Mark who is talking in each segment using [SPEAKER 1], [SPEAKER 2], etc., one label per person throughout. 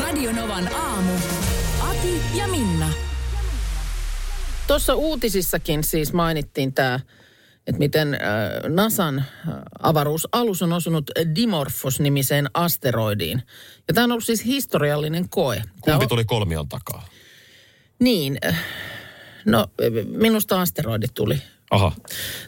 [SPEAKER 1] Radionovan aamu. Ati ja Minna.
[SPEAKER 2] Tuossa uutisissakin siis mainittiin tämä, että miten äh, NASAn äh, avaruusalus on osunut Dimorphos-nimiseen asteroidiin. Ja tämä on ollut siis historiallinen koe. Tää
[SPEAKER 3] Kumpi
[SPEAKER 2] on,
[SPEAKER 3] tuli kolmion takaa?
[SPEAKER 2] Niin, äh, no äh, minusta asteroidit tuli.
[SPEAKER 3] Aha.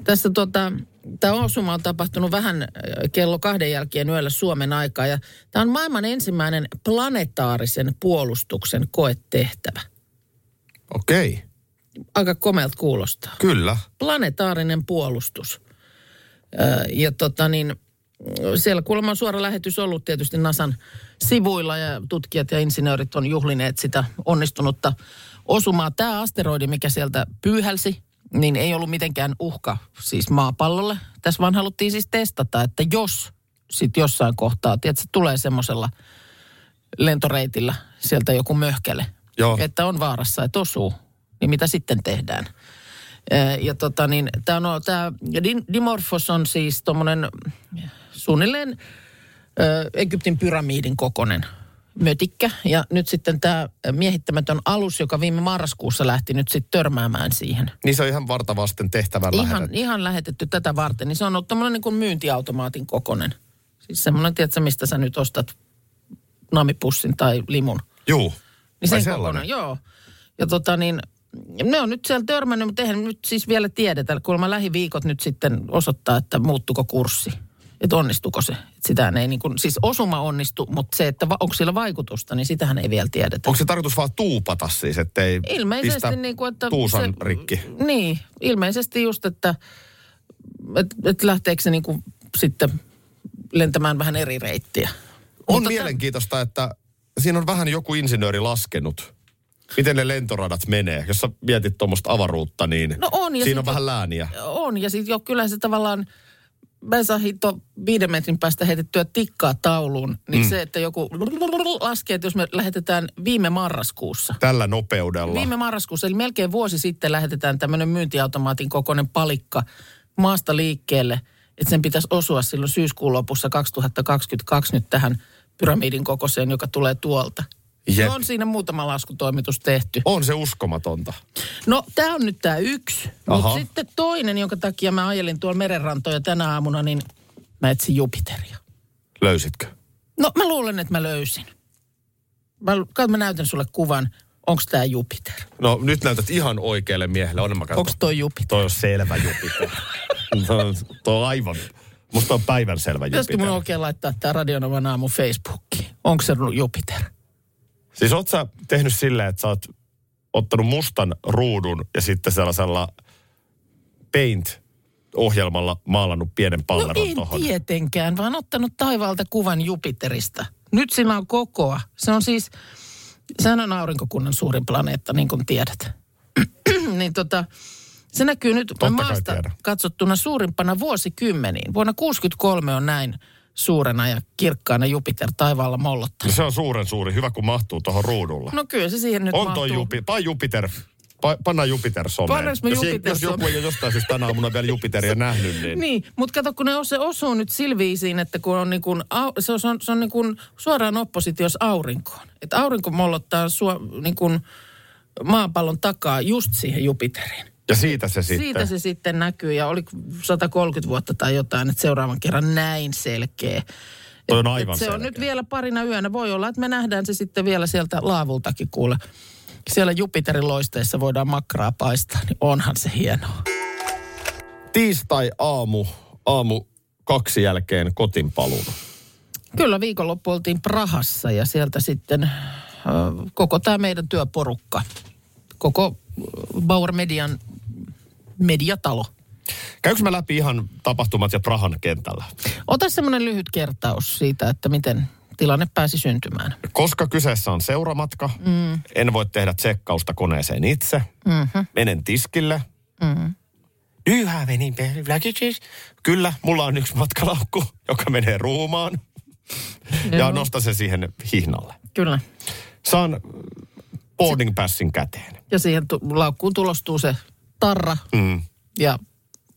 [SPEAKER 2] Tässä tota, tämä osuma on tapahtunut vähän äh, kello kahden jälkeen yöllä Suomen aikaa. Ja tämä on maailman ensimmäinen planetaarisen puolustuksen koetehtävä.
[SPEAKER 3] Okei. Okay.
[SPEAKER 2] Aika komealta kuulostaa.
[SPEAKER 3] Kyllä.
[SPEAKER 2] planetaarinen puolustus. Ö, Ja tota niin, siellä kuulemma on suora lähetys ollut tietysti NASAn sivuilla ja tutkijat ja insinöörit on juhlineet sitä onnistunutta osumaa. Tämä asteroidi, mikä sieltä pyyhälsi, niin ei ollut mitenkään uhka siis maapallolle. Tässä vaan haluttiin siis testata, että jos sitten jossain kohtaa, tiedätkö, tulee semmoisella lentoreitillä sieltä joku möhkele,
[SPEAKER 3] Joo.
[SPEAKER 2] että on vaarassa, että osuu, niin mitä sitten tehdään? Ee, Ja tota niin, tämä on, tää Di- Dimorphos on siis tuommoinen suunnilleen ö, Egyptin pyramiidin kokonen mötikkä. Ja nyt sitten tämä miehittämätön alus, joka viime marraskuussa lähti nyt sitten törmäämään siihen.
[SPEAKER 3] Niin se on ihan vartavasten tehtävän
[SPEAKER 2] Ihan, niin.
[SPEAKER 3] lähetetty.
[SPEAKER 2] ihan lähetetty tätä varten. Niin se on ollut tuommoinen niin kuin myyntiautomaatin kokonen. Siis semmoinen, tiedätkö, mistä sä nyt ostat namipussin tai limun.
[SPEAKER 3] Juu.
[SPEAKER 2] Niin
[SPEAKER 3] Vai
[SPEAKER 2] sen
[SPEAKER 3] sellainen?
[SPEAKER 2] kokonaan, joo. Ja tota niin, ne on nyt siellä törmännyt, mutta eihän nyt siis vielä tiedetä. Kuulemma lähiviikot nyt sitten osoittaa, että muuttuko kurssi. Että onnistuko se. Et sitähän ei niin kuin, siis osuma onnistu, mutta se, että va- onko sillä vaikutusta, niin sitähän ei vielä tiedetä.
[SPEAKER 3] Onko se tarkoitus vaan tuupata siis, ettei pistä
[SPEAKER 2] Ilmeisesti niin kuin, että...
[SPEAKER 3] tuusan rikki?
[SPEAKER 2] Niin, ilmeisesti just, että et, et lähteekö se niin kuin sitten lentämään vähän eri reittiä.
[SPEAKER 3] On
[SPEAKER 2] Mutta tä-
[SPEAKER 3] mielenkiintoista, että siinä on vähän joku insinööri laskenut, miten ne lentoradat menee. Jos sä mietit tuommoista avaruutta, niin
[SPEAKER 2] No on, ja
[SPEAKER 3] siinä on
[SPEAKER 2] sit-
[SPEAKER 3] vähän lääniä.
[SPEAKER 2] On, ja sitten jo kyllä se tavallaan, mä en saa hitto viiden metrin päästä heitettyä tikkaa tauluun, niin mm. se, että joku laskee, että jos me lähetetään viime marraskuussa.
[SPEAKER 3] Tällä nopeudella.
[SPEAKER 2] Viime marraskuussa, eli melkein vuosi sitten lähetetään tämmöinen myyntiautomaatin kokoinen palikka maasta liikkeelle, että sen pitäisi osua silloin syyskuun lopussa 2022 nyt tähän pyramidin kokoiseen, joka tulee tuolta.
[SPEAKER 3] Jep.
[SPEAKER 2] No on siinä muutama laskutoimitus tehty.
[SPEAKER 3] On se uskomatonta.
[SPEAKER 2] No, tämä on nyt tämä yksi.
[SPEAKER 3] Aha.
[SPEAKER 2] Mutta sitten toinen, jonka takia mä ajelin tuolla merenrantoja tänä aamuna, niin mä etsin Jupiteria.
[SPEAKER 3] Löysitkö?
[SPEAKER 2] No, mä luulen, että mä löysin. Mä, lu- kato, mä näytän sulle kuvan, onko tämä Jupiter.
[SPEAKER 3] No nyt näytät ihan oikealle miehelle. Onna mä katson.
[SPEAKER 2] Onko toi Jupiter?
[SPEAKER 3] Toi on selvä Jupiter. toi, on, toi on aivan, musta on päivänselvä
[SPEAKER 2] Pitäisikö
[SPEAKER 3] Jupiter.
[SPEAKER 2] mun oikein laittaa tämä Radionovan aamu Facebookiin? Onko se Jupiter?
[SPEAKER 3] Siis oot sä tehnyt silleen, että sä oot ottanut mustan ruudun ja sitten sellaisella paint-ohjelmalla maalannut pienen
[SPEAKER 2] No
[SPEAKER 3] palleron
[SPEAKER 2] en
[SPEAKER 3] tohon.
[SPEAKER 2] tietenkään, vaan ottanut taivaalta kuvan Jupiterista. Nyt sillä on kokoa. Se on siis, sehän on aurinkokunnan suurin planeetta, niin kuin tiedät. niin tota, se näkyy nyt
[SPEAKER 3] kai
[SPEAKER 2] maasta
[SPEAKER 3] tiedän.
[SPEAKER 2] katsottuna suurimpana vuosikymmeniin. Vuonna 1963 on näin suurena ja kirkkaana Jupiter taivaalla mollotta.
[SPEAKER 3] No se on suuren suuri. Hyvä, kun mahtuu tuohon ruudulla.
[SPEAKER 2] No kyllä se siihen nyt
[SPEAKER 3] on
[SPEAKER 2] mahtuu.
[SPEAKER 3] toi Jupiter. Tai Jupiter. Pa, panna Jupiter someen.
[SPEAKER 2] Pannaanko me
[SPEAKER 3] Jos, ei-
[SPEAKER 2] Jupiter
[SPEAKER 3] jos joku
[SPEAKER 2] someen?
[SPEAKER 3] ei ole jostain syystä tänä aamuna vielä Jupiteria nähnyt, niin...
[SPEAKER 2] Niin, mutta kato, kun ne os, se osuu nyt silviisiin, että kun on niin kuin, au- se on, se on, se on niin kuin suoraan oppositiossa aurinkoon. Että aurinko mollottaa sua, niin kuin maapallon takaa just siihen Jupiteriin.
[SPEAKER 3] Ja siitä se sitten.
[SPEAKER 2] Siitä se sitten näkyy ja oli 130 vuotta tai jotain, että seuraavan kerran näin selkeä.
[SPEAKER 3] Toi on
[SPEAKER 2] Et-
[SPEAKER 3] aivan
[SPEAKER 2] et se on
[SPEAKER 3] selkeä.
[SPEAKER 2] nyt vielä parina yönä. Voi olla, että me nähdään se sitten vielä sieltä laavultakin kuule. Siellä Jupiterin loisteessa voidaan makraa paistaa, niin onhan se hienoa.
[SPEAKER 3] tiistai-aamu, aamu kaksi jälkeen kotinpaluun.
[SPEAKER 2] Kyllä viikonloppu oltiin Prahassa ja sieltä sitten ö, koko tämä meidän työporukka, koko ö, Bauer Median mediatalo.
[SPEAKER 3] Käykö mä läpi ihan tapahtumat ja Prahan kentällä?
[SPEAKER 2] Ota semmoinen lyhyt kertaus siitä, että miten tilanne pääsi syntymään.
[SPEAKER 3] Koska kyseessä on seuramatka, mm. en voi tehdä tsekkausta koneeseen itse. Mm-hmm. Menen tiskille. Mm-hmm. Do you have any packages? siis. Kyllä, mulla on yksi matkalaukku, joka menee ruumaan. ja
[SPEAKER 2] Joo.
[SPEAKER 3] nostan sen siihen hihnalle.
[SPEAKER 2] Kyllä.
[SPEAKER 3] Saan boarding passin käteen.
[SPEAKER 2] Ja siihen tu- laukkuun tulostuu se tarra
[SPEAKER 3] Mm.
[SPEAKER 2] ja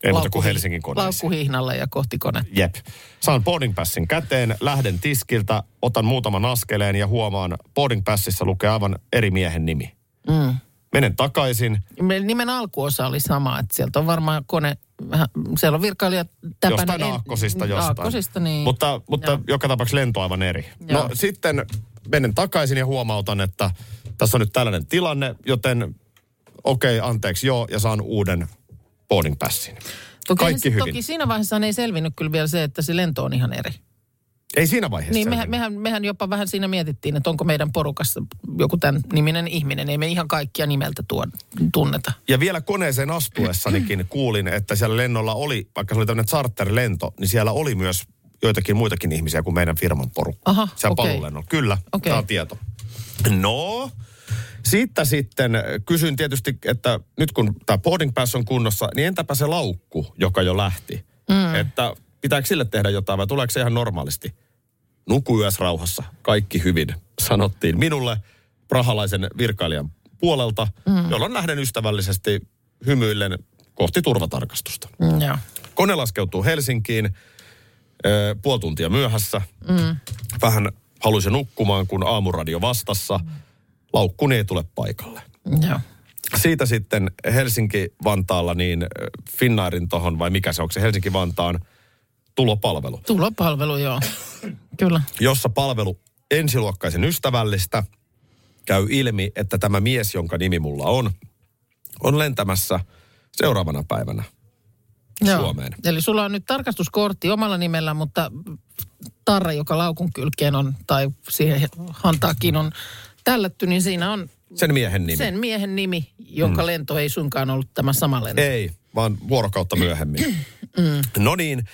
[SPEAKER 3] Ei muuta
[SPEAKER 2] laukku-
[SPEAKER 3] kuin Helsingin koneeseen.
[SPEAKER 2] laukkuhihnalle ja kohti kone.
[SPEAKER 3] Jep. Saan boarding passin käteen, lähden tiskiltä, otan muutaman askeleen ja huomaan, boarding passissa lukee aivan eri miehen nimi.
[SPEAKER 2] Mm.
[SPEAKER 3] Menen takaisin,
[SPEAKER 2] Meillä nimen alkuosa oli sama, että sieltä on varmaan kone, vähän- siellä on virkailija täpäinen.
[SPEAKER 3] jostain aakkosista jostain.
[SPEAKER 2] mm, Aakkosista, niin.
[SPEAKER 3] Mutta, mutta
[SPEAKER 2] Joo.
[SPEAKER 3] joka tapauksessa lento aivan eri.
[SPEAKER 2] Joo.
[SPEAKER 3] No sitten menen takaisin ja huomautan, että tässä on nyt tällainen tilanne, joten okei, okay, anteeksi, joo, ja saan uuden boarding passin.
[SPEAKER 2] Toki,
[SPEAKER 3] kaikki hyvin.
[SPEAKER 2] Toki siinä vaiheessa ei selvinnyt kyllä vielä se, että se lento on ihan eri.
[SPEAKER 3] Ei siinä vaiheessa.
[SPEAKER 2] Niin
[SPEAKER 3] selvinnyt.
[SPEAKER 2] mehän, mehän, mehän jopa vähän siinä mietittiin, että onko meidän porukassa joku tämän niminen ihminen. Ei me ihan kaikkia nimeltä tuon, tunneta.
[SPEAKER 3] Ja vielä koneeseen astuessanikin kuulin, että siellä lennolla oli, vaikka se oli tämmöinen charterlento, niin siellä oli myös joitakin muitakin ihmisiä kuin meidän firman porukka.
[SPEAKER 2] Aha,
[SPEAKER 3] siellä
[SPEAKER 2] okei.
[SPEAKER 3] palulennolla. Kyllä,
[SPEAKER 2] Okei.
[SPEAKER 3] tämä on tieto. No, siitä sitten äh, kysyin tietysti, että nyt kun tämä boarding pass on kunnossa, niin entäpä se laukku, joka jo lähti? Mm. Että pitääkö sille tehdä jotain vai tuleeko se ihan normaalisti? Nuku yös rauhassa, kaikki hyvin, sanottiin minulle prahalaisen virkailijan puolelta, mm. jolloin lähden ystävällisesti hymyillen kohti turvatarkastusta.
[SPEAKER 2] Mm, joo.
[SPEAKER 3] Kone laskeutuu Helsinkiin ö, puoli tuntia myöhässä. Mm. Vähän halusin nukkumaan, kun aamuradio vastassa. Laukkuni ei tule paikalle.
[SPEAKER 2] mm, joo.
[SPEAKER 3] Siitä sitten Helsinki-Vantaalla niin ö, Finnairin tohon, vai mikä se on, onko se Helsinki-Vantaan tulopalvelu,
[SPEAKER 2] Tulopalvelu, joo. Kyllä.
[SPEAKER 3] jossa palvelu ensiluokkaisen ystävällistä käy ilmi, että tämä mies, jonka nimi mulla on, on lentämässä seuraavana päivänä
[SPEAKER 2] Joo.
[SPEAKER 3] Suomeen.
[SPEAKER 2] Eli sulla on nyt tarkastuskortti omalla nimellä, mutta tarra, joka laukun kylkeen on tai siihen hantaakin on tällätty, niin siinä on
[SPEAKER 3] Sen miehen nimi.
[SPEAKER 2] sen miehen nimi, jonka mm. lento ei suinkaan ollut tämä sama lento.
[SPEAKER 3] Ei, vaan vuorokautta myöhemmin. No niin,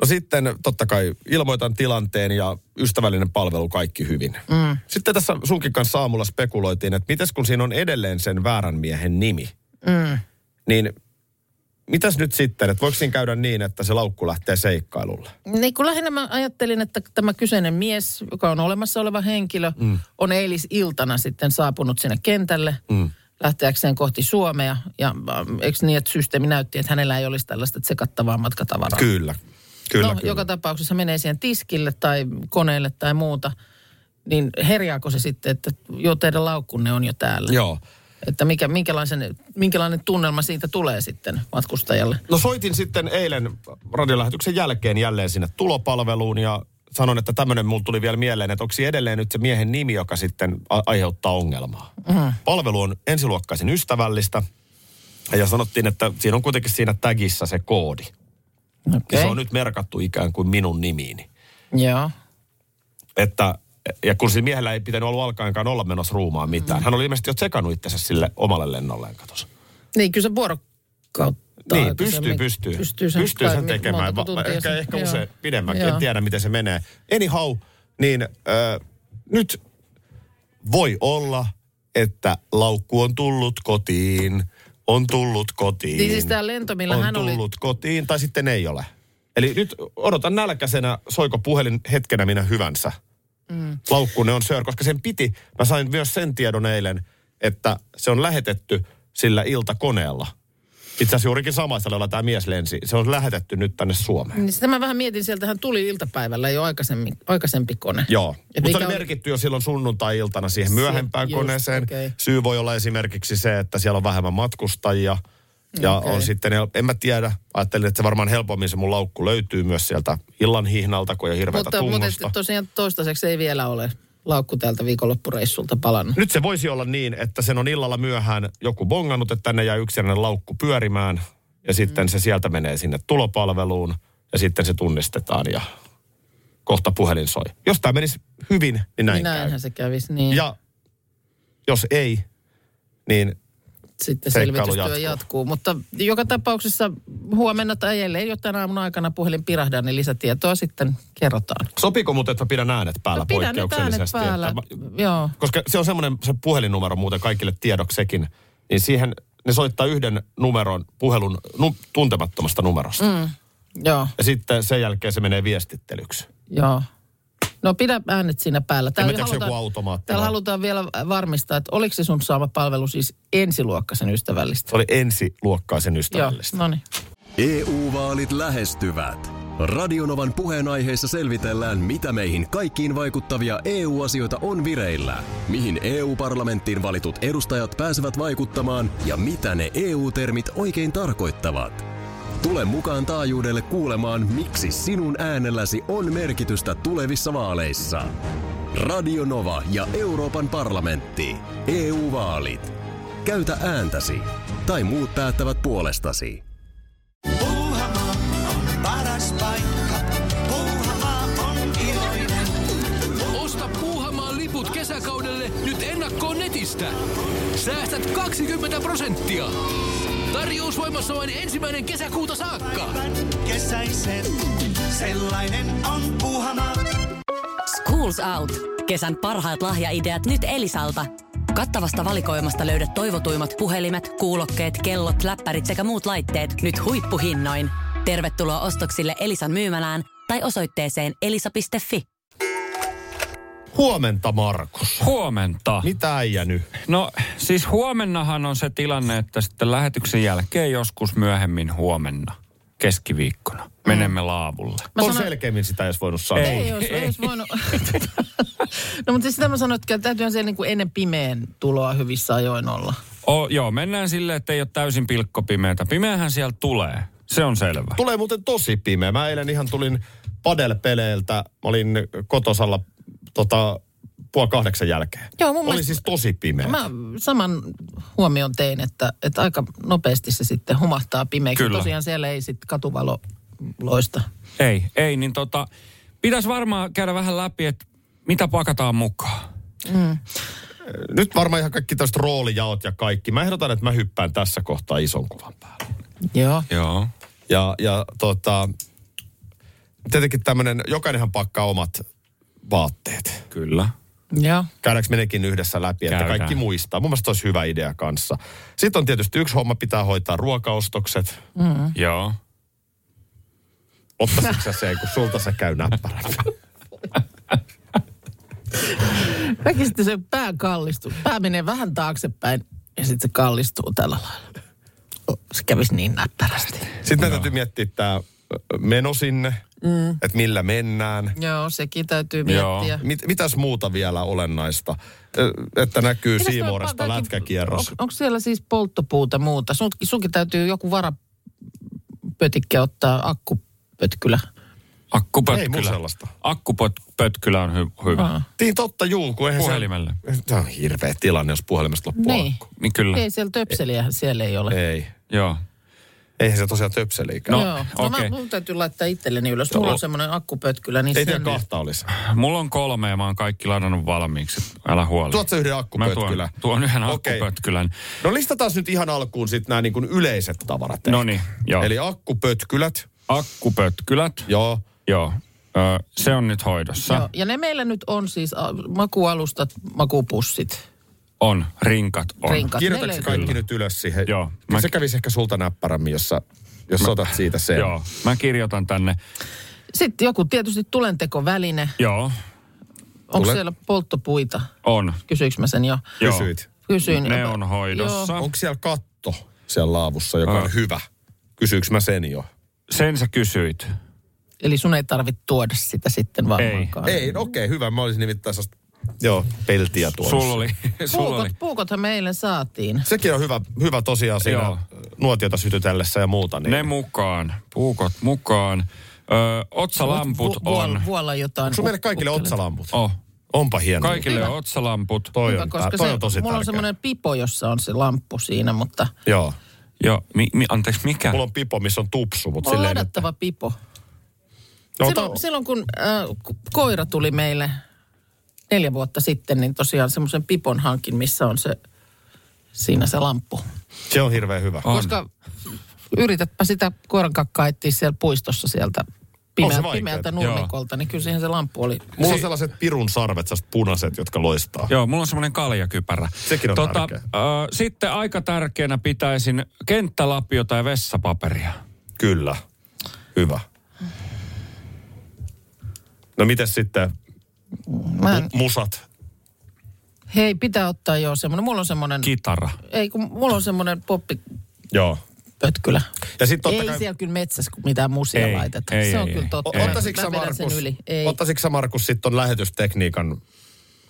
[SPEAKER 3] no sitten totta kai ilmoitan tilanteen ja ystävällinen palvelu kaikki hyvin. Mm. Sitten tässä sunkin kanssa aamulla spekuloitiin, että mitäs kun siinä on edelleen sen väärän miehen nimi, mm. niin mitäs nyt sitten, että voiko siinä käydä niin, että se laukku lähtee seikkailulle?
[SPEAKER 2] Niin kun lähinnä mä ajattelin, että tämä kyseinen mies, joka on olemassa oleva henkilö, mm. on eilisiltana sitten saapunut sinne kentälle mm. lähteäkseen kohti Suomea. Ja ähm, eikö niin, että systeemi näytti, että hänellä ei olisi tällaista tsekattavaa matkatavaraa?
[SPEAKER 3] Kyllä, kyllä,
[SPEAKER 2] no,
[SPEAKER 3] kyllä.
[SPEAKER 2] joka tapauksessa menee siihen tiskille tai koneelle tai muuta. Niin herjaako se sitten, että jo teidän laukkunne on jo täällä?
[SPEAKER 3] Joo.
[SPEAKER 2] Että mikä, minkälaisen, minkälainen tunnelma siitä tulee sitten matkustajalle?
[SPEAKER 3] No soitin sitten eilen radiolähetyksen jälkeen jälleen sinne tulopalveluun ja sanon, että tämmöinen mulla tuli vielä mieleen, että onko siinä edelleen nyt se miehen nimi, joka sitten a- aiheuttaa ongelmaa. Mm. Palvelu on ensiluokkaisen ystävällistä ja sanottiin, että siinä on kuitenkin siinä tagissa se koodi. Okay. Ja
[SPEAKER 2] Okei.
[SPEAKER 3] se on nyt merkattu ikään kuin minun nimiini.
[SPEAKER 2] Joo.
[SPEAKER 3] Että, ja kun sillä miehellä ei pitänyt olla alkaenkaan olla menossa ruumaan mitään. Hän oli ilmeisesti jo tsekannut itsensä sille omalle lennolleen, katos.
[SPEAKER 2] Niin, kyllä se vuorokautta.
[SPEAKER 3] Niin, pystyy,
[SPEAKER 2] aikaisemmin-
[SPEAKER 3] pystyy.
[SPEAKER 2] Pystyy sen,
[SPEAKER 3] pystyy sen
[SPEAKER 2] kai-
[SPEAKER 3] tekemään. Va-
[SPEAKER 2] montako tuntia
[SPEAKER 3] ehkä
[SPEAKER 2] se-
[SPEAKER 3] ehkä
[SPEAKER 2] joo.
[SPEAKER 3] usein pidemmänkin.
[SPEAKER 2] Joo.
[SPEAKER 3] En tiedä, miten se menee. Anyhow, niin äh, nyt voi olla, että laukku on tullut kotiin. On tullut kotiin.
[SPEAKER 2] Niin siis tää lento, millä
[SPEAKER 3] on
[SPEAKER 2] hän oli-
[SPEAKER 3] tullut kotiin, tai sitten ei ole. Eli nyt odotan nälkäisenä, soiko puhelin hetkenä minä hyvänsä. Mm. Laukkunne on sör, koska sen piti. Mä sain myös sen tiedon eilen, että se on lähetetty sillä iltakoneella. Itse asiassa juurikin samaisella, jolla tämä mies lensi. Se on lähetetty nyt tänne Suomeen.
[SPEAKER 2] Niin sitä mä vähän mietin, sieltähän tuli iltapäivällä jo aikaisemmin, aikaisempi kone.
[SPEAKER 3] Joo, mutta se
[SPEAKER 2] mikä
[SPEAKER 3] oli
[SPEAKER 2] oli-
[SPEAKER 3] merkitty jo silloin sunnuntai-iltana siihen myöhempään
[SPEAKER 2] just,
[SPEAKER 3] koneeseen.
[SPEAKER 2] okei.
[SPEAKER 3] Syy voi olla esimerkiksi se, että siellä on vähemmän matkustajia. Ja
[SPEAKER 2] Okei.
[SPEAKER 3] on sitten, hel- en mä tiedä, ajattelin, että se varmaan helpommin se mun laukku löytyy myös sieltä illan hihnalta, kun ei ole hirveätä
[SPEAKER 2] Mutta, mutta
[SPEAKER 3] tungosta.
[SPEAKER 2] et tosiaan toistaiseksi ei vielä ole laukku tältä viikonloppureissulta palannut.
[SPEAKER 3] Nyt se voisi olla niin, että sen on illalla myöhään joku bongannut, että tänne jää yksinäinen laukku pyörimään. Ja sitten se sieltä menee sinne tulopalveluun ja sitten se tunnistetaan ja kohta puhelin soi. Jos tämä menisi hyvin, niin
[SPEAKER 2] Näin
[SPEAKER 3] näin käy.
[SPEAKER 2] Näinhän se kävisi, niin.
[SPEAKER 3] Ja jos ei, niin
[SPEAKER 2] sitten
[SPEAKER 3] Seikkailu
[SPEAKER 2] selvitystyö jatkuu.
[SPEAKER 3] jatkuu.
[SPEAKER 2] jatkuu. Mutta joka tapauksessa huomenna tai ellei jo tänä aamun aikana puhelin pirahdaa, niin lisätietoa sitten kerrotaan.
[SPEAKER 3] Sopiiko muuten, että pidän äänet päällä
[SPEAKER 2] No, pidän nyt äänet
[SPEAKER 3] poikkeuksellisesti?
[SPEAKER 2] päällä.
[SPEAKER 3] Että, mä-
[SPEAKER 2] Joo.
[SPEAKER 3] koska se on semmoinen se puhelinnumero muuten kaikille tiedoksekin, niin siihen ne soittaa yhden numeron puhelun nu, tuntemattomasta numerosta. Mm.
[SPEAKER 2] Joo,
[SPEAKER 3] Ja sitten sen jälkeen se menee viestittelyksi.
[SPEAKER 2] joo. No pidä äänet siinä päällä.
[SPEAKER 3] En mä tiedä, onko se joku automaatti
[SPEAKER 2] täällä
[SPEAKER 3] vai-
[SPEAKER 2] halutaan vielä varmistaa, että oliko se sun saama palvelu siis ensiluokkaisen ystävällistä.
[SPEAKER 3] Se oli ensiluokkaisen
[SPEAKER 2] Joo,
[SPEAKER 3] ystävällistä.
[SPEAKER 2] no niin.
[SPEAKER 4] EU-vaalit E lähestyvät. Radionovan puheenaiheessa selvitellään, mitä meihin kaikkiin vaikuttavia EU-asioita on vireillä, mihin EU-parlamenttiin valitut edustajat pääsevät vaikuttamaan ja mitä ne EU-termit oikein tarkoittavat. Tule mukaan taajuudelle kuulemaan, miksi sinun äänelläsi on merkitystä tulevissa vaaleissa. Radio Nova ja Euroopan parlamentti. EU-vaalit. Käytä ääntäsi. Tai muut päättävät puolestasi.
[SPEAKER 5] Puuhamaa on paras paikka. Puuhamaa on iloinen.
[SPEAKER 6] Osta Puuhamaan liput kesäkaudelle nyt ennakkoon netistä. Säästät 20 prosenttia. Tarjous voimassa vain ensimmäinen kesäkuuta saakka.
[SPEAKER 5] Kesäisen. Sellainen on Puuhamaa.
[SPEAKER 7] Schools Out. Kesän parhaat lahjaideat nyt Elisalta. Kattavasta valikoimasta löydät toivotuimmat puhelimet, kuulokkeet, kellot, läppärit sekä muut laitteet nyt huippuhinnoin. Tervetuloa ostoksille Elisan myymälään tai osoitteeseen elisa.fi.
[SPEAKER 3] Huomenta Markus.
[SPEAKER 8] Huomenta.
[SPEAKER 3] Mitä äijä nyt?
[SPEAKER 8] No siis huomennahan on se tilanne, että sitten lähetyksen jälkeen joskus myöhemmin huomenna, keskiviikkona, menemme laavulle.
[SPEAKER 3] Mä
[SPEAKER 2] Mä
[SPEAKER 3] on
[SPEAKER 2] sanon-
[SPEAKER 3] selkeämmin sitä edes voinut sanoa.
[SPEAKER 8] Ei.
[SPEAKER 2] Ei, jos, ei. jos voinut. no mutta siis sitä mä sanoin, että kyllä täytyyhän siellä niin kuin ennen pimeän tuloa hyvissä ajoin olla.
[SPEAKER 8] O, joo, mennään silleen, että ei ole täysin pilkkopimeätä. Pimeähän siellä tulee, se on selvä.
[SPEAKER 3] Tulee muuten tosi pimeä. Mä eilen ihan tulin padelpeleiltä. Mä olin kotosalla tota, puoli kahdeksan jälkeen.
[SPEAKER 2] Joo, mun
[SPEAKER 3] Oli
[SPEAKER 2] mielestä-
[SPEAKER 3] siis tosi pimeä.
[SPEAKER 2] Mä saman huomion tein, että, että aika nopeasti se sitten humahtaa pimeäksi.
[SPEAKER 8] Kyllä.
[SPEAKER 2] Tosiaan siellä ei sitten katuvalo loista.
[SPEAKER 8] Ei, ei, niin tota, pitäisi varmaan käydä vähän läpi, että mitä pakataan mukaan.
[SPEAKER 3] Nyt varmaan ihan kaikki tästä roolijaot ja kaikki. Mä ehdotan, että mä hyppään tässä kohtaa ison kuvan päälle.
[SPEAKER 2] Joo.
[SPEAKER 8] Joo.
[SPEAKER 3] Ja, ja tota, tietenkin tämmöinen, jokainenhan pakkaa omat vaatteet.
[SPEAKER 8] Kyllä.
[SPEAKER 2] Joo.
[SPEAKER 3] Käydäänkö me nekin yhdessä läpi, että
[SPEAKER 8] Käydään.
[SPEAKER 3] kaikki muistaa. Mun mielestä olisi hyvä idea kanssa. Sitten on tietysti yksi homma, pitää hoitaa ruokaostokset.
[SPEAKER 8] Mm. Joo.
[SPEAKER 3] Ottaisitko sä sen, kun sulta se käy näppärän?
[SPEAKER 2] Mäkin sitten se pää kallistuu. Pää menee vähän taaksepäin ja sitten se kallistuu tällä lailla. O, Se kävisi niin näppärästi.
[SPEAKER 3] Sitten täytyy miettiä tämä meno sinne, mm. että millä mennään.
[SPEAKER 2] Joo, sekin täytyy
[SPEAKER 8] Joo.
[SPEAKER 2] miettiä.
[SPEAKER 3] Mit, mitäs muuta vielä olennaista, Ö, että näkyy
[SPEAKER 2] Mitäs
[SPEAKER 3] Siimuoresta
[SPEAKER 2] tuolla kaikki-
[SPEAKER 3] lätkäkierros?
[SPEAKER 2] On, onko siellä siis polttopuuta muuta? Sunkin, sunkin täytyy joku varapötikkä ottaa akkupötkylä.
[SPEAKER 8] Akkupötkylä.
[SPEAKER 3] Ei mun sellaista.
[SPEAKER 8] Akkupötkylä on hy- hyvä.
[SPEAKER 2] Aa.
[SPEAKER 3] Niin totta, juu, kun eihän
[SPEAKER 8] Puhelimelle.
[SPEAKER 3] Se, Tämä on hirveä tilanne, jos puhelimesta loppuu.
[SPEAKER 2] Niin.
[SPEAKER 3] akku.
[SPEAKER 8] Niin kyllä.
[SPEAKER 2] Ei siellä töpseliä siellä ei ole.
[SPEAKER 3] Ei.
[SPEAKER 8] Joo.
[SPEAKER 3] Eihän se tosiaan töpseliikään.
[SPEAKER 8] No,
[SPEAKER 2] no
[SPEAKER 8] okei.
[SPEAKER 2] mä, mun täytyy laittaa itselleni ylös. Mulla on semmoinen akkupötkylä, niin
[SPEAKER 3] Ei
[SPEAKER 2] sen...
[SPEAKER 3] teillä kahta olisi.
[SPEAKER 8] Mulla on kolme ja mä oon kaikki ladannut valmiiksi. et Älä huoli.
[SPEAKER 3] Tuot sä yhden
[SPEAKER 8] Mä tuon,
[SPEAKER 3] akkupötkylän.
[SPEAKER 8] tuon yhden
[SPEAKER 3] Okei.
[SPEAKER 8] akkupötkylän.
[SPEAKER 3] No listataan nyt ihan alkuun sitten nämä niin kuin yleiset tavarat. ehkä.
[SPEAKER 8] Noniin, No niin, joo.
[SPEAKER 3] Eli akkupötkylät,
[SPEAKER 8] Akkupötkylät.
[SPEAKER 3] joo.
[SPEAKER 8] Joo. Ö, se on nyt hoidossa.
[SPEAKER 2] Joo, ja ne meillä nyt on siis a, makualustat, makupussit.
[SPEAKER 8] On. Rinkat on.
[SPEAKER 2] Rinkat.
[SPEAKER 3] Kirjoitatko
[SPEAKER 2] Neljä.
[SPEAKER 3] sä kaikki nyt ylös siihen?
[SPEAKER 8] Joo.
[SPEAKER 3] Mä...
[SPEAKER 8] Mä-
[SPEAKER 3] Se kävisi ehkä sulta näppärämmin, jos sä, jos sä otat siitä sen.
[SPEAKER 8] Joo. Mä kirjoitan tänne.
[SPEAKER 2] Sitten joku tietysti tulentekoväline.
[SPEAKER 8] Joo.
[SPEAKER 2] Onko
[SPEAKER 3] Tulen-
[SPEAKER 2] siellä polttopuita?
[SPEAKER 8] On.
[SPEAKER 2] Kysyykö mä sen jo?
[SPEAKER 8] Joo.
[SPEAKER 3] Kysyit.
[SPEAKER 2] Kysyin.
[SPEAKER 8] Ne
[SPEAKER 2] Mä-
[SPEAKER 8] on hoidossa.
[SPEAKER 3] Onko siellä katto siellä laavussa, joka on
[SPEAKER 8] Ah.
[SPEAKER 3] hyvä? Kysyykö mä sen jo?
[SPEAKER 8] Sen sä kysyit.
[SPEAKER 2] Eli sun ei tarvitse tuoda sitä sitten varmaankaan.
[SPEAKER 3] Ei, no okei, hyvä. Mä olisin nimittäin sellaista, joo, peltiä tuolla.
[SPEAKER 8] Sulla oli. Sulla
[SPEAKER 2] Puukot,
[SPEAKER 8] oli.
[SPEAKER 2] puukothan me eilen saatiin.
[SPEAKER 3] Sekin on hyvä, hyvä tosiaan siinä
[SPEAKER 8] Joo.
[SPEAKER 3] nuotiota sytytellessä ja muuta. Niin.
[SPEAKER 8] Ne mukaan. Puukot mukaan. Ö, otsalamput
[SPEAKER 2] Vu- vuol-
[SPEAKER 8] on.
[SPEAKER 2] Vuolla jotain.
[SPEAKER 3] Onko meille kaikille otsalamput?
[SPEAKER 8] Oh.
[SPEAKER 3] Onpa hienoa.
[SPEAKER 8] Kaikille on otsalamput.
[SPEAKER 3] Toi
[SPEAKER 2] Hyvä,
[SPEAKER 3] on,
[SPEAKER 2] koska
[SPEAKER 3] tää, toi
[SPEAKER 2] se,
[SPEAKER 3] on tosi
[SPEAKER 2] mulla on
[SPEAKER 3] tärkeä.
[SPEAKER 2] semmoinen pipo, jossa on se lamppu siinä, mutta
[SPEAKER 3] Joo.
[SPEAKER 8] Joo. Mi, mi, anteeksi, mikä?
[SPEAKER 3] Mulla on pipo, missä on tupsu, mutta
[SPEAKER 2] on
[SPEAKER 3] silleen...
[SPEAKER 2] ladattava pipo.
[SPEAKER 3] No,
[SPEAKER 2] silloin,
[SPEAKER 3] ota-
[SPEAKER 2] silloin kun äh, ku- koira tuli meille neljä vuotta sitten, niin tosiaan semmoisen pipon hankin, missä on se, siinä se lamppu.
[SPEAKER 3] Se on hirveän hyvä.
[SPEAKER 8] On.
[SPEAKER 2] Koska yritätpä sitä koiran kakkaa etsiä siellä puistossa sieltä
[SPEAKER 3] On se
[SPEAKER 2] pimeä,
[SPEAKER 3] vaikeeta,
[SPEAKER 2] pimeältä
[SPEAKER 3] joo.
[SPEAKER 2] nurmikolta, niin kyllä siihen se lamppu oli.
[SPEAKER 3] Mulla on
[SPEAKER 2] Se-
[SPEAKER 3] sellaiset pirun sarvet, sellaiset punaiset, jotka loistaa.
[SPEAKER 8] Joo, mulla on semmoinen kaljakypärä.
[SPEAKER 3] Sekin on tärkeä.
[SPEAKER 8] äh, Sitten aika tärkeänä pitäisin kenttälapiota ja vessapaperia.
[SPEAKER 3] Mm. Kyllä. Hyvä. No mites sitten
[SPEAKER 2] Mä en,
[SPEAKER 3] mu- musat?
[SPEAKER 2] hei, pitää ottaa jo semmoinen, mulla on semmoinen,
[SPEAKER 8] Kitara.
[SPEAKER 2] ei kun mulla on semmoinen poppipötkylä.
[SPEAKER 3] Joo. Ja sitten totta
[SPEAKER 2] Ei
[SPEAKER 3] kai...
[SPEAKER 2] siellä kyllä metsässä kun mitään musia
[SPEAKER 8] Ei,
[SPEAKER 2] laiteta.
[SPEAKER 8] ei,
[SPEAKER 2] se on
[SPEAKER 8] ei,
[SPEAKER 2] kyllä
[SPEAKER 8] ei.
[SPEAKER 2] totta.
[SPEAKER 3] O- Ottaisitko
[SPEAKER 2] Mä
[SPEAKER 3] sä,
[SPEAKER 2] vedän
[SPEAKER 3] Markus,
[SPEAKER 2] sen yli. Ei.
[SPEAKER 3] ottaisitko sä, Markus sitten lähetystekniikan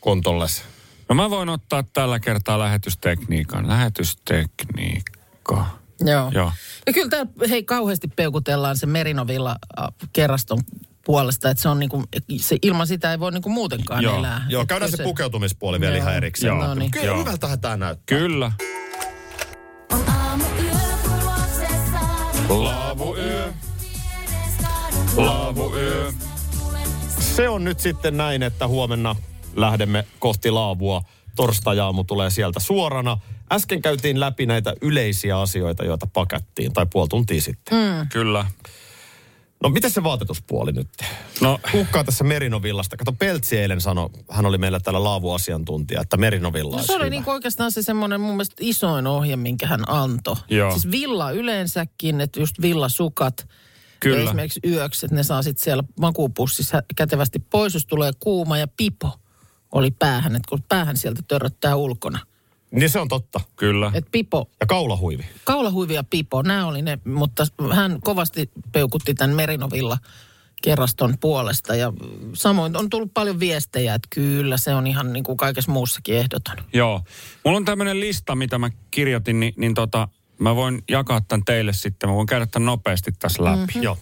[SPEAKER 3] kontolles?
[SPEAKER 8] No mä voin ottaa tällä kertaa lähetystekniikan. Lähetystekniikka.
[SPEAKER 2] Joo.
[SPEAKER 8] Joo.
[SPEAKER 2] Ja kyllä täällä, hei, kauheasti peukutellaan se Merinovilla äh, kerraston puolesta, että se on niinku, se, ilman sitä ei voi niinku muutenkaan
[SPEAKER 8] Joo,
[SPEAKER 2] elää.
[SPEAKER 3] Joo,
[SPEAKER 2] Et
[SPEAKER 3] käydään
[SPEAKER 2] kyllä
[SPEAKER 3] se pukeutumispuoli vielä
[SPEAKER 2] Joo.
[SPEAKER 3] ihan erikseen.
[SPEAKER 2] Joo. No niin.
[SPEAKER 3] Kyllä
[SPEAKER 8] Joo.
[SPEAKER 3] hyvältähän tää näyttää.
[SPEAKER 8] Kyllä.
[SPEAKER 9] On aamu yö, kun luokse saavut,
[SPEAKER 8] Laavuyö, laavuyö.
[SPEAKER 3] Se on nyt sitten näin, että huomenna lähdemme kohti laavua. Torstajaamu tulee sieltä suorana. Äsken käytiin läpi näitä yleisiä asioita, joita pakattiin, tai puoli tuntia sitten. Mm.
[SPEAKER 8] Kyllä.
[SPEAKER 3] No, miten se vaatetuspuoli nyt?
[SPEAKER 8] No,
[SPEAKER 3] Kukkaa tässä Merinovillasta. Kato, Peltsi eilen sanoi, hän oli meillä täällä laavuasiantuntija, että Merinovilla
[SPEAKER 2] No
[SPEAKER 3] olisi
[SPEAKER 2] se oli
[SPEAKER 3] hyvä.
[SPEAKER 2] niin oikeastaan se semmoinen mun mielestä isoin ohje, minkä hän antoi.
[SPEAKER 8] Joo.
[SPEAKER 2] Siis villa yleensäkin, että just villasukat.
[SPEAKER 8] Kyllä.
[SPEAKER 2] Ja esimerkiksi yöksi, että ne saa sitten siellä makuupussissa kätevästi pois, jos tulee kuuma ja pipo oli päähän, että kun päähän sieltä törröttää ulkona.
[SPEAKER 3] Niin se on totta.
[SPEAKER 8] kyllä.
[SPEAKER 2] Et pipo,
[SPEAKER 3] Ja kaulahuivi.
[SPEAKER 2] kaulahuivi ja pipo, nämä oli ne, mutta hän kovasti peukutti tämän Merinovilla kerraston puolesta ja samoin on tullut paljon viestejä, että kyllä se on ihan niin kuin kaikessa muussakin ehdoton.
[SPEAKER 8] Joo. Mulla on tämmöinen lista, mitä mä kirjoitin, niin, niin tota, mä voin jakaa tämän teille sitten. Mä voin käydä tämän nopeasti tässä läpi. Mm-hmm.
[SPEAKER 3] Joo.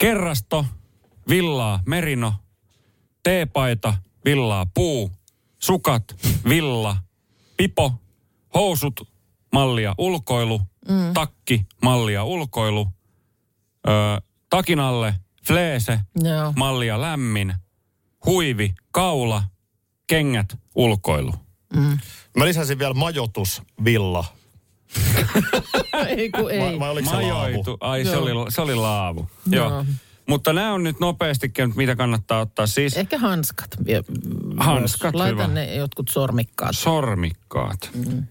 [SPEAKER 8] Kerrasto, villaa, merino, teepaita, villaa, puu, sukat, villa, pipo, housut, mallia, ulkoilu, mm. takki, mallia, ulkoilu, ö, takin alle, fleese,
[SPEAKER 2] Joo.
[SPEAKER 8] mallia, lämmin, huivi, kaula, kengät, ulkoilu.
[SPEAKER 3] Mä lisäsin vielä majoitus, villa.
[SPEAKER 2] ei kun ei.
[SPEAKER 3] Vai, vai oliko se laavu?
[SPEAKER 8] Majoitu. Ai, se
[SPEAKER 2] Joo.
[SPEAKER 8] oli, se oli laavu. Joo.
[SPEAKER 2] Joo.
[SPEAKER 8] Joo. Mutta nämä on nyt nopeasti, mitä kannattaa ottaa. Siis
[SPEAKER 2] Ehkä hanskat. vie-
[SPEAKER 8] Hanskat,
[SPEAKER 2] Laita
[SPEAKER 8] hyvä.
[SPEAKER 2] ne jotkut sormikkaat.
[SPEAKER 8] sormikkaat. Mm.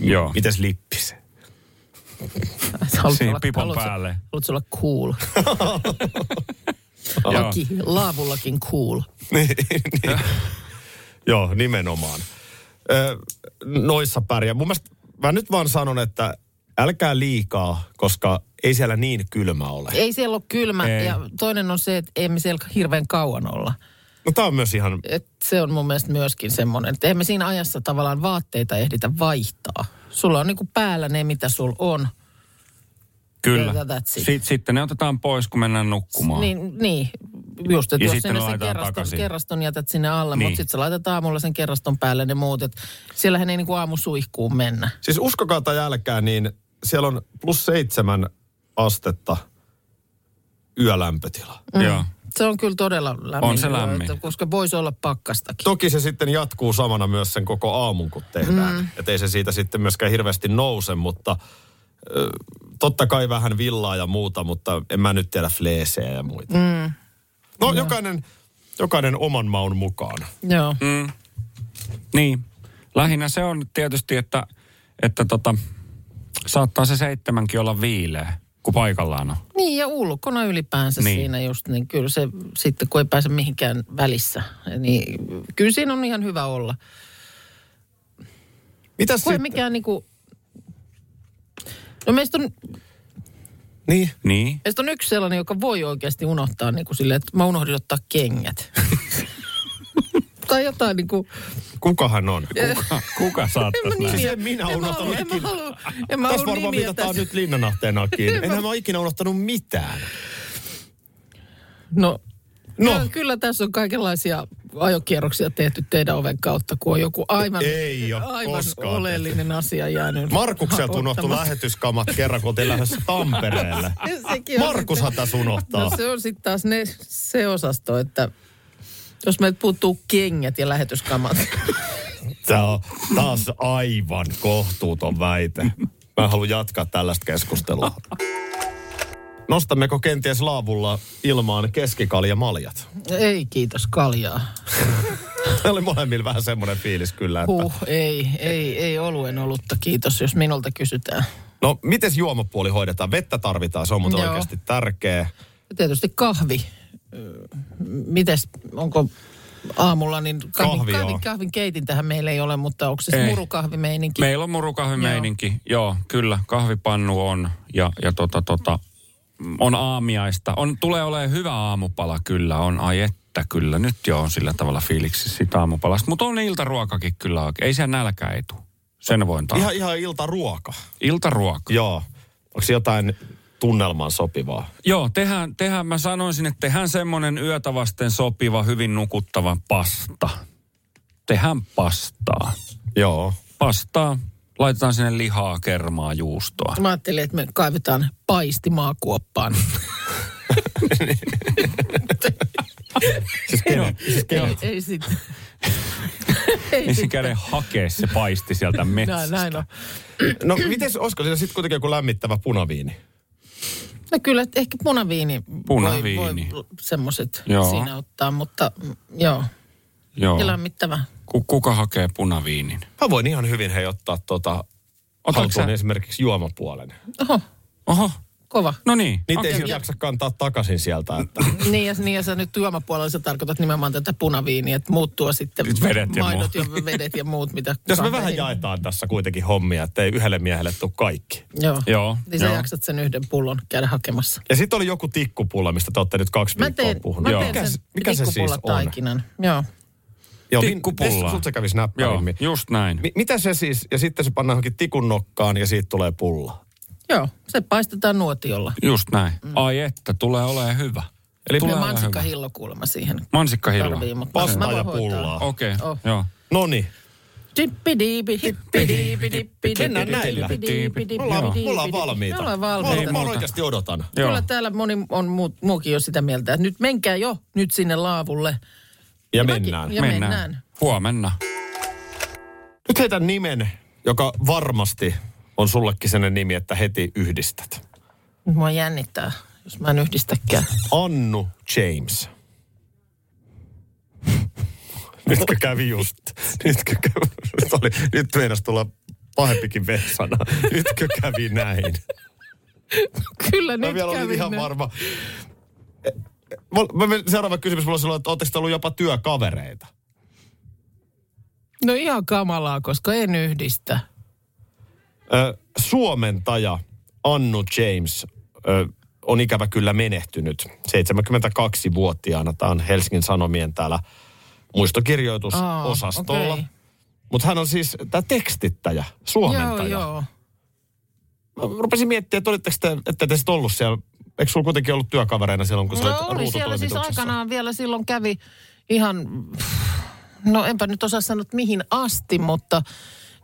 [SPEAKER 8] Joo.
[SPEAKER 3] Mites lippis?
[SPEAKER 2] Haluatko
[SPEAKER 8] Siihen
[SPEAKER 2] olla-
[SPEAKER 8] pipon
[SPEAKER 2] haluatko-
[SPEAKER 8] päälle.
[SPEAKER 2] Haluatko olla cool? Laki, laavullakin cool.
[SPEAKER 3] Joo, nimenomaan. Ö, noissa pärjää. Mun mielestä mä nyt vaan sanon, että älkää liikaa, koska ei siellä niin kylmä ole.
[SPEAKER 2] Ei siellä ole kylmä
[SPEAKER 8] Ei.
[SPEAKER 2] ja toinen on se, että ei me siellä hirveän kauan olla.
[SPEAKER 3] No tää on myös ihan,
[SPEAKER 2] Et se on mun mielestä myöskin semmoinen, että emme siinä ajassa tavallaan vaatteita ehditä vaihtaa. Sulla on niinku päällä ne, mitä sulla on.
[SPEAKER 8] Kyllä.
[SPEAKER 2] Yeah, that's it.
[SPEAKER 8] Sit, sitten ne otetaan pois, kun mennään nukkumaan. Niin.
[SPEAKER 2] Niin, niin. just, että
[SPEAKER 8] Ja
[SPEAKER 2] jos
[SPEAKER 8] sitten
[SPEAKER 2] sinne
[SPEAKER 8] ne
[SPEAKER 2] sen
[SPEAKER 8] laitetaan
[SPEAKER 2] kerraston,
[SPEAKER 8] takaisin.
[SPEAKER 2] kerraston jätät sinne alle, niin. mutta
[SPEAKER 8] Niin.
[SPEAKER 2] sitten sä laitat aamulla sen kerraston päälle ne muut. Et siellähän ei niinku aamusuihkuun mennä.
[SPEAKER 3] siis uskokaa tai älkää, niin siellä on plus seitsemän astetta yölämpötila.
[SPEAKER 8] Mm. Joo.
[SPEAKER 2] Se on kyllä todella lämmin.
[SPEAKER 8] On se
[SPEAKER 2] yö,
[SPEAKER 8] lämmin.
[SPEAKER 2] että- Koska voisi olla pakkastakin.
[SPEAKER 3] Toki se sitten jatkuu samana myös sen koko aamun, kun tehdään. Mm. Että ei se siitä sitten myöskään hirveästi nouse, mutta ö, totta kai vähän villaa ja muuta, mutta en mä nyt tiedä fleesejä ja muita. Mm. No jokainen, jokainen oman maun mukaan.
[SPEAKER 2] Joo. Mm.
[SPEAKER 8] niin. Lähinnä se on tietysti, että, että tota, saattaa se seitsemänkin olla viileä, kun paikallaan on.
[SPEAKER 2] Niin ja ulkona ylipäänsä niin.
[SPEAKER 8] Niin.
[SPEAKER 2] siinä just, niin kyllä se sitten kun ei pääse mihinkään välissä, niin kyllä siinä on ihan hyvä olla.
[SPEAKER 3] Mitäs
[SPEAKER 2] Kun ei
[SPEAKER 3] sitten?
[SPEAKER 2] mikään niinku... No meistä on,
[SPEAKER 3] Niin.
[SPEAKER 8] Niin.
[SPEAKER 2] meistä on yksi sellainen, joka voi oikeasti unohtaa niin kuin silleen, että mä unohdin ottaa kengät. tai jotain niin kuin...
[SPEAKER 3] Kuka hän on?
[SPEAKER 8] Kuka, No, kuka saattaisi näin?
[SPEAKER 3] Sen minä
[SPEAKER 2] en mä
[SPEAKER 3] unohtan
[SPEAKER 2] halua- en mä
[SPEAKER 3] ikinä.
[SPEAKER 2] halua- en mä
[SPEAKER 3] Tässä
[SPEAKER 2] halua
[SPEAKER 3] varmaan
[SPEAKER 2] nimiä
[SPEAKER 3] mitataan
[SPEAKER 2] tässä.
[SPEAKER 3] nyt linnanahteenakin. Enhän mä ole ikinä unohtanut mitään.
[SPEAKER 2] No,
[SPEAKER 3] No.
[SPEAKER 2] no. Kyllä tässä on kaikenlaisia ajokierroksia tehty teidän oven kautta, kun on joku aivan,
[SPEAKER 3] Ei oo
[SPEAKER 2] aivan
[SPEAKER 3] koskaan
[SPEAKER 2] oleellinen asia jäänyt.
[SPEAKER 3] Markukselta unohtui
[SPEAKER 2] ottamatta.
[SPEAKER 3] lähetyskamat kerran, kun oltiin lähdössä Tampereelle.
[SPEAKER 2] Sekin on
[SPEAKER 3] Markushan
[SPEAKER 2] sitten-
[SPEAKER 3] tässä unohtaa.
[SPEAKER 2] No se on sitten taas ne, se osasto, että jos meiltä puuttuu kengät ja lähetyskamat.
[SPEAKER 3] Tämä on taas aivan kohtuuton väite. Mä en halua jatkaa tällaista keskustelua. Nostammeko kenties laavulla ilmaan keskikaljamaljat?
[SPEAKER 2] Ei kiitos kaljaa.
[SPEAKER 3] Tämä oli molemmilla vähän semmoinen fiilis kyllä, että...
[SPEAKER 2] Huh, ei, ei, ei oluen olutta, kiitos, jos minulta kysytään.
[SPEAKER 3] No, miten juomapuoli hoidetaan? Vettä tarvitaan, se on muuten
[SPEAKER 2] Joo.
[SPEAKER 3] oikeasti tärkeä.
[SPEAKER 2] Ja tietysti kahvi. Öö, Mites, onko aamulla, niin kahvin,
[SPEAKER 3] Kahvi,
[SPEAKER 2] kahvi,
[SPEAKER 3] joo.
[SPEAKER 2] kahvin, kahvin keitintähän meillä ei ole, mutta onko se siis
[SPEAKER 8] Ei.
[SPEAKER 2] murukahvimeininki?
[SPEAKER 8] Meillä on murukahvimeininki, joo. joo, kyllä, kahvipannu on ja, ja tota, tota, on aamiaista. On, tulee olemaan hyvä aamupala kyllä, on ai että kyllä. Nyt jo on sillä tavalla fiiliksi sitä aamupalasta, mutta on iltaruokakin kyllä oikein. Ei se nälkä etu. Sen voin taas.
[SPEAKER 3] Ihan, ihan iltaruoka.
[SPEAKER 8] Iltaruoka.
[SPEAKER 3] Joo. Onko se jotain tunnelmaan sopivaa?
[SPEAKER 8] Joo, tehän, tehän mä sanoisin, että tehän semmoinen yötä vasten sopiva, hyvin nukuttava pasta. Tehän pastaa.
[SPEAKER 3] Joo.
[SPEAKER 8] Pastaa, laitetaan sinne lihaa, kermaa, juustoa.
[SPEAKER 2] Mä ajattelin, että me kaivetaan paisti maakuoppaan.
[SPEAKER 3] Siis kenen, siis
[SPEAKER 2] ei,
[SPEAKER 3] kenen,
[SPEAKER 2] ei sit. ei
[SPEAKER 8] Niin se
[SPEAKER 2] sit.
[SPEAKER 8] käde hakee se paisti sieltä
[SPEAKER 2] Näin,
[SPEAKER 8] metsästä.
[SPEAKER 2] näin on.
[SPEAKER 3] no miten, olisiko siinä sitten kuitenkin joku lämmittävä punaviini?
[SPEAKER 2] No kyllä, että ehkä punaviini,
[SPEAKER 8] Punaviini.
[SPEAKER 2] voi, voi semmoiset
[SPEAKER 8] Joo.
[SPEAKER 2] siinä ottaa, mutta mm, joo,
[SPEAKER 8] Joo.
[SPEAKER 2] ja lämmittävä.
[SPEAKER 8] Ku, kuka hakee punaviinin?
[SPEAKER 3] Mä voin ihan hyvin hei ottaa tota,
[SPEAKER 8] Otatko
[SPEAKER 3] haltuun
[SPEAKER 8] sä?
[SPEAKER 3] esimerkiksi juomapuolen.
[SPEAKER 2] Oho,
[SPEAKER 8] Oho,
[SPEAKER 2] kova.
[SPEAKER 8] no niin.
[SPEAKER 3] Niitä
[SPEAKER 8] Okei.
[SPEAKER 3] ei silti jaksa kantaa takaisin sieltä. Että.
[SPEAKER 2] Niin ja, niin ja sä nyt juomapuolella sä tarkoitat nimenomaan tätä punaviiniä, että muut tuo sitten
[SPEAKER 3] Siis
[SPEAKER 8] Nyt vedet ja
[SPEAKER 2] maidot ja vedet ja muut, mitä
[SPEAKER 3] Jos me
[SPEAKER 2] kahveihin-
[SPEAKER 3] vähän jaetaan tässä kuitenkin hommia, että ei yhdelle miehelle tule kaikki.
[SPEAKER 2] Joo.
[SPEAKER 8] Joo,
[SPEAKER 2] Niin sä
[SPEAKER 8] joo.
[SPEAKER 2] jaksat sen yhden pullon käydä hakemassa.
[SPEAKER 3] Ja sitten oli joku tikkupulla, mistä te olette nyt kaksi
[SPEAKER 2] Mä
[SPEAKER 3] viikkoa
[SPEAKER 2] teen,
[SPEAKER 3] puhunut.
[SPEAKER 2] mä
[SPEAKER 3] Joo.
[SPEAKER 2] teen
[SPEAKER 3] mikä,
[SPEAKER 2] sen
[SPEAKER 3] mikä se siis on?
[SPEAKER 2] taikinan. Joo.
[SPEAKER 3] Joo, niin-
[SPEAKER 8] Tikkupulla.
[SPEAKER 3] niin Sulta se kävisi
[SPEAKER 8] Joo,
[SPEAKER 3] näppäimmin.
[SPEAKER 8] just näin.
[SPEAKER 3] Mi- mitä se siis, ja sitten se pannaan johonkin tikun nokkaan ja siitä tulee pulla.
[SPEAKER 2] Joo, se paistetaan nuotiolla.
[SPEAKER 8] Just näin.
[SPEAKER 2] Mm.
[SPEAKER 8] Ai että, tulee olemaan hyvä.
[SPEAKER 3] Eli
[SPEAKER 8] tulee
[SPEAKER 2] Ja
[SPEAKER 8] olemaan hyvä.
[SPEAKER 2] mansikkahillo kuulemma siihen
[SPEAKER 8] Mansikkahillo.
[SPEAKER 2] tarvii, mutta
[SPEAKER 3] Pastaa
[SPEAKER 2] No, mä voin hoitaa.
[SPEAKER 3] ja pullaa. No niin.
[SPEAKER 8] Okei, okay,
[SPEAKER 2] Oh.
[SPEAKER 8] joo.
[SPEAKER 3] Noni,
[SPEAKER 2] Dippidiipi, hippidiipi, dippidiipi,
[SPEAKER 3] Mennään näillä.
[SPEAKER 2] dippidiipi, dippidiipi,
[SPEAKER 3] me ollaan, me ollaan
[SPEAKER 2] dippidiipi.
[SPEAKER 3] valmiita.
[SPEAKER 2] Me ollaan
[SPEAKER 3] Mä,
[SPEAKER 2] valmiita.
[SPEAKER 3] oon- mä oon oikeasti odotan.
[SPEAKER 8] Joo.
[SPEAKER 2] Kyllä täällä moni on muu, muukin jo sitä mieltä, että nyt menkää jo nyt sinne laavulle.
[SPEAKER 3] Ja
[SPEAKER 2] mäkin-
[SPEAKER 3] mennään.
[SPEAKER 2] ja
[SPEAKER 8] mennään.
[SPEAKER 2] mennään.
[SPEAKER 8] Huomenna.
[SPEAKER 3] Nyt heitän nimen, joka varmasti on sullekin sellainen nimi, että heti yhdistät.
[SPEAKER 2] Nyt Mua jännittää, jos mä en yhdistäkään.
[SPEAKER 3] Annu James. Nytkö kävi just? Nytkö kävi? Nyt, oli, nyt meinas tulla pahempikin vessana. Nytkö kävi näin?
[SPEAKER 2] Kyllä
[SPEAKER 3] Mä
[SPEAKER 2] nyt
[SPEAKER 3] vielä olin
[SPEAKER 2] kävi
[SPEAKER 3] ihan
[SPEAKER 2] nyt.
[SPEAKER 3] varma. Mä, mä, seuraava kysymys mulla on silloin, että ootteko te ollut jopa työkavereita?
[SPEAKER 2] No ihan kamalaa, koska en yhdistä.
[SPEAKER 3] Ö, suomentaja Annu James ö, on ikävä kyllä menehtynyt. 72-vuotiaana. Tämä on Helsingin Sanomien täällä muistokirjoitusosastolla.
[SPEAKER 2] Aa,
[SPEAKER 3] Okay.
[SPEAKER 2] okei.
[SPEAKER 3] Mutta hän on siis tämä tekstittäjä, suomentaja.
[SPEAKER 2] Joo, joo.
[SPEAKER 3] Mä rupesin miettimään, että olitteko te, ette te sit ollut siellä. Eikö sulla kuitenkin ollut työkavereina silloin, kun sä
[SPEAKER 2] No oli siellä siis
[SPEAKER 3] ruututoimituksessa?
[SPEAKER 2] aikanaan vielä silloin kävi ihan, no enpä nyt osaa sanoa, että mihin asti, mutta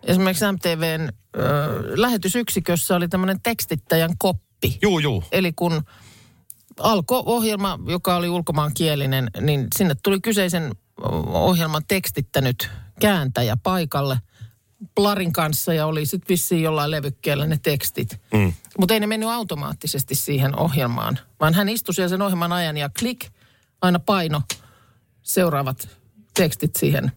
[SPEAKER 2] esimerkiksi MTVn ö, lähetysyksikössä oli tämmöinen tekstittäjän koppi.
[SPEAKER 3] Juu, juu.
[SPEAKER 2] Eli kun alkoi ohjelma, joka oli ulkomaankielinen, niin sinne tuli kyseisen ohjelman tekstittänyt kääntäjä paikalle plarin kanssa ja oli sitten vissiin jollain levykkeellä ne tekstit. Mm. Mutta ei ne mennyt automaattisesti siihen ohjelmaan, vaan hän istui siellä sen ohjelman ajan ja klik, aina paino seuraavat tekstit siihen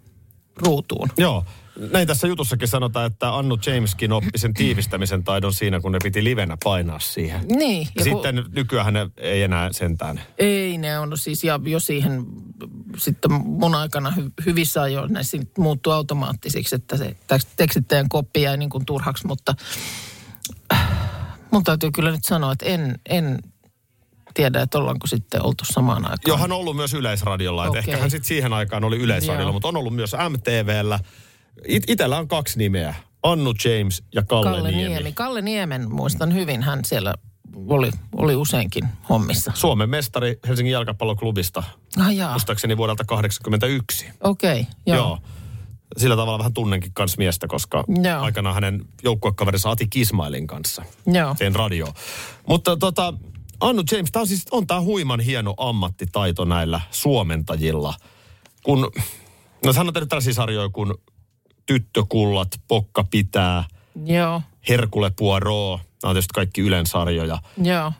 [SPEAKER 2] ruutuun.
[SPEAKER 3] Joo. Näin tässä jutussakin sanotaan, että Annu Jameskin oppi sen tiivistämisen taidon siinä, kun ne piti livenä painaa siihen.
[SPEAKER 2] Niin.
[SPEAKER 3] Ja
[SPEAKER 2] ja kun-
[SPEAKER 3] sitten nykyään ne ei enää sentään.
[SPEAKER 2] Ei ne on siis, ja jo siihen sitten mun aikana hy- hyvissä ajoin ne sit muuttui automaattisiksi, että se tek- tekstittäjän koppi jäi niin kuin turhaksi, mutta mun täytyy kyllä nyt sanoa, että en, en tiedä, että ollaanko sitten oltu samaan aikaan.
[SPEAKER 3] Joo, hän on ollut myös Yleisradiolla. Okay.
[SPEAKER 2] Okei.
[SPEAKER 3] Ehkä hän sitten siihen aikaan oli Yleisradiolla,
[SPEAKER 2] Joo.
[SPEAKER 3] mutta on ollut myös MTVllä. It- itellä on kaksi nimeä. Annu James ja Kalle,
[SPEAKER 2] Kalle Niemi. Niemi. Kalle Niemen muistan hyvin, hän siellä oli, oli useinkin hommissa.
[SPEAKER 3] Suomen mestari Helsingin jalkapalloklubista,
[SPEAKER 2] Ah, jaa.
[SPEAKER 3] muistaakseni vuodelta 81.
[SPEAKER 2] Okei, okay, joo.
[SPEAKER 3] Joo.
[SPEAKER 2] joo.
[SPEAKER 3] Joo. Sillä tavalla vähän tunnenkin kans miestä, koska
[SPEAKER 2] Joo.
[SPEAKER 3] Joo. aikanaan hänen joukkuekaverinsa Ati Kismailin kanssa.
[SPEAKER 2] Joo.
[SPEAKER 3] Sen radio. Mutta tota, Annu James, tämä on siis, on tämä huiman hieno ammattitaito näillä suomentajilla. Kun, no hän on tehnyt tällaisia sarjoja kuin Tyttökullat, Pokka pitää,
[SPEAKER 2] Joo,
[SPEAKER 3] Herkule Poirot, nämä on tietysti kaikki Ylen sarjoja.
[SPEAKER 2] joo.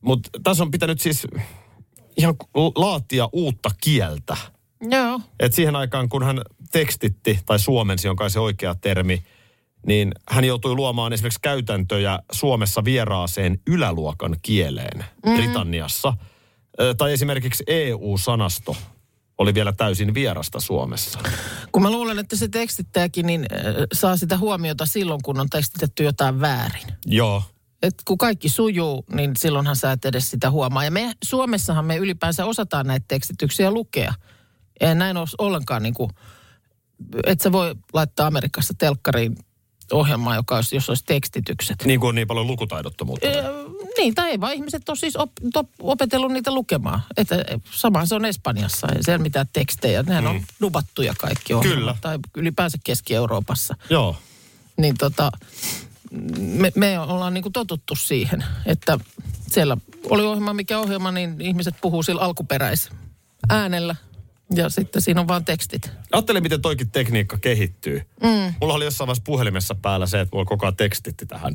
[SPEAKER 3] Mutta tässä on pitänyt siis ihan ku- laatia uutta kieltä.
[SPEAKER 2] Joo,
[SPEAKER 3] Et siihen aikaan, kun hän tekstitti, tai suomensi on kai se oikea termi, niin hän joutui luomaan esimerkiksi käytäntöjä Suomessa vieraaseen yläluokan kieleen Britanniassa. Ö, Tai esimerkiksi EU-sanasto oli vielä täysin vierasta Suomessa.
[SPEAKER 2] kun mä luulen, että se tekstittäjäkin niin äh, saa sitä huomiota silloin, kun on tekstitetty jotain väärin.
[SPEAKER 3] Joo.
[SPEAKER 2] Et kun kaikki sujuu, niin silloinhan sä et edes sitä huomaa. Ja me Suomessahan me ylipäänsä osataan näitä tekstityksiä lukea. Ei näin ole ollenkaan niin kuin, et sä voi laittaa Amerikassa telkkariin ohjelmaa, joka olisi, jos olisi tekstitykset.
[SPEAKER 3] Niin kuin on niin paljon lukutaidottomuutta.
[SPEAKER 2] Öö, niin, tai ei vaan ihmiset on siis op, top, opetellut niitä lukemaan. Että eh, sama se on Espanjassa, ei siellä mitään tekstejä. Nehän mm. on dubattuja kaikki ohjelmat.
[SPEAKER 3] Niin. Kyllä.
[SPEAKER 2] Tai ylipäänsä Keski-Euroopassa.
[SPEAKER 3] Joo.
[SPEAKER 2] Niin tota, me, me ollaan niinku totuttu siihen, että siellä oli ohjelma mikä ohjelma, niin ihmiset puhuu sillä alkuperäis äänellä. Ja sitten siinä on vaan tekstit.
[SPEAKER 3] Ajattele, miten toikin tekniikka kehittyy. Mm. Mulla oli jossain vaiheessa puhelimessa päällä se, että mulla koko ajan tekstitti tähän.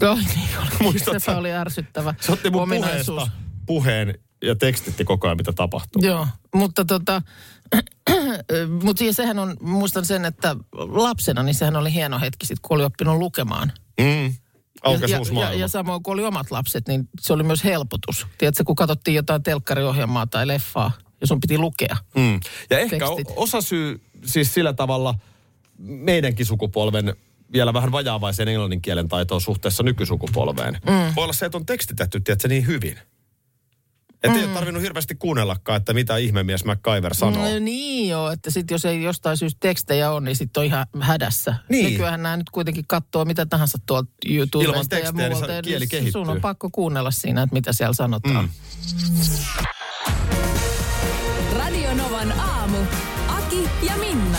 [SPEAKER 2] Joo, niin oli.
[SPEAKER 3] Muistatko?
[SPEAKER 2] Sepä oli ärsyttävä
[SPEAKER 3] Se otti mun
[SPEAKER 2] ominaisuus.
[SPEAKER 3] puheesta puheen ja tekstitti koko ajan, mitä tapahtuu.
[SPEAKER 2] Joo, mutta tota, mutta sehän on, muistan sen, että lapsena, niin sehän oli hieno hetki sit, kun oli oppinut lukemaan.
[SPEAKER 3] Mm. Aukesi
[SPEAKER 2] ja,
[SPEAKER 3] uusi
[SPEAKER 2] ja, ja,
[SPEAKER 3] maailma.
[SPEAKER 2] ja samoin kun oli omat lapset, niin se oli myös helpotus. Tiedätkö, kun katsottiin jotain telkkariohjelmaa tai leffaa, ja sun piti lukea.
[SPEAKER 3] Mm. Ja ehkä
[SPEAKER 2] Tekstit.
[SPEAKER 3] o- osa syy siis sillä tavalla meidänkin sukupolven vielä vähän vajaavaisen englannin kielen taitoon suhteessa nykysukupolveen. Mm. Voi olla se, että on tekstitetty, tiedätkö, niin hyvin. Että mm. ei ole tarvinnut hirveästi kuunnellakaan, että mitä ihmemies MacGyver sanoo.
[SPEAKER 2] No
[SPEAKER 3] Mm.
[SPEAKER 2] niin joo, että sitten jos ei jostain syystä tekstejä ole, niin sitten on ihan hädässä.
[SPEAKER 3] Niin.
[SPEAKER 2] Nykyään nämä nyt kuitenkin katsoo mitä tahansa tuolta YouTubesta
[SPEAKER 3] tekstejä,
[SPEAKER 2] ja
[SPEAKER 3] niin
[SPEAKER 2] muualta.
[SPEAKER 3] sa-
[SPEAKER 2] ja
[SPEAKER 3] kieli
[SPEAKER 2] nyt Sun
[SPEAKER 3] kehittyy.
[SPEAKER 2] on pakko kuunnella siinä, että mitä siellä sanotaan. Mm.
[SPEAKER 1] Radio Novan aamu. Aki ja Minna.